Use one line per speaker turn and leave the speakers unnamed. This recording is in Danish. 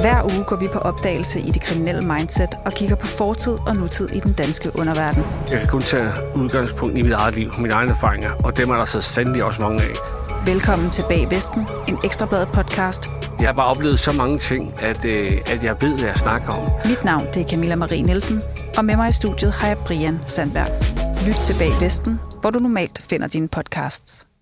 Hver uge går vi på opdagelse i det kriminelle mindset og kigger på fortid og nutid i den danske underverden.
Jeg kan kun tage udgangspunkt i mit eget liv, mine egne erfaringer, og dem er der så sandelig også mange af.
Velkommen til Bag Vesten, en ekstrabladet podcast.
Jeg har bare oplevet så mange ting, at, øh, at jeg ved, hvad jeg snakker om.
Mit navn det er Camilla Marie Nielsen, og med mig i studiet har jeg Brian Sandberg. Lyt til Bag Vesten, hvor du normalt finder dine podcasts.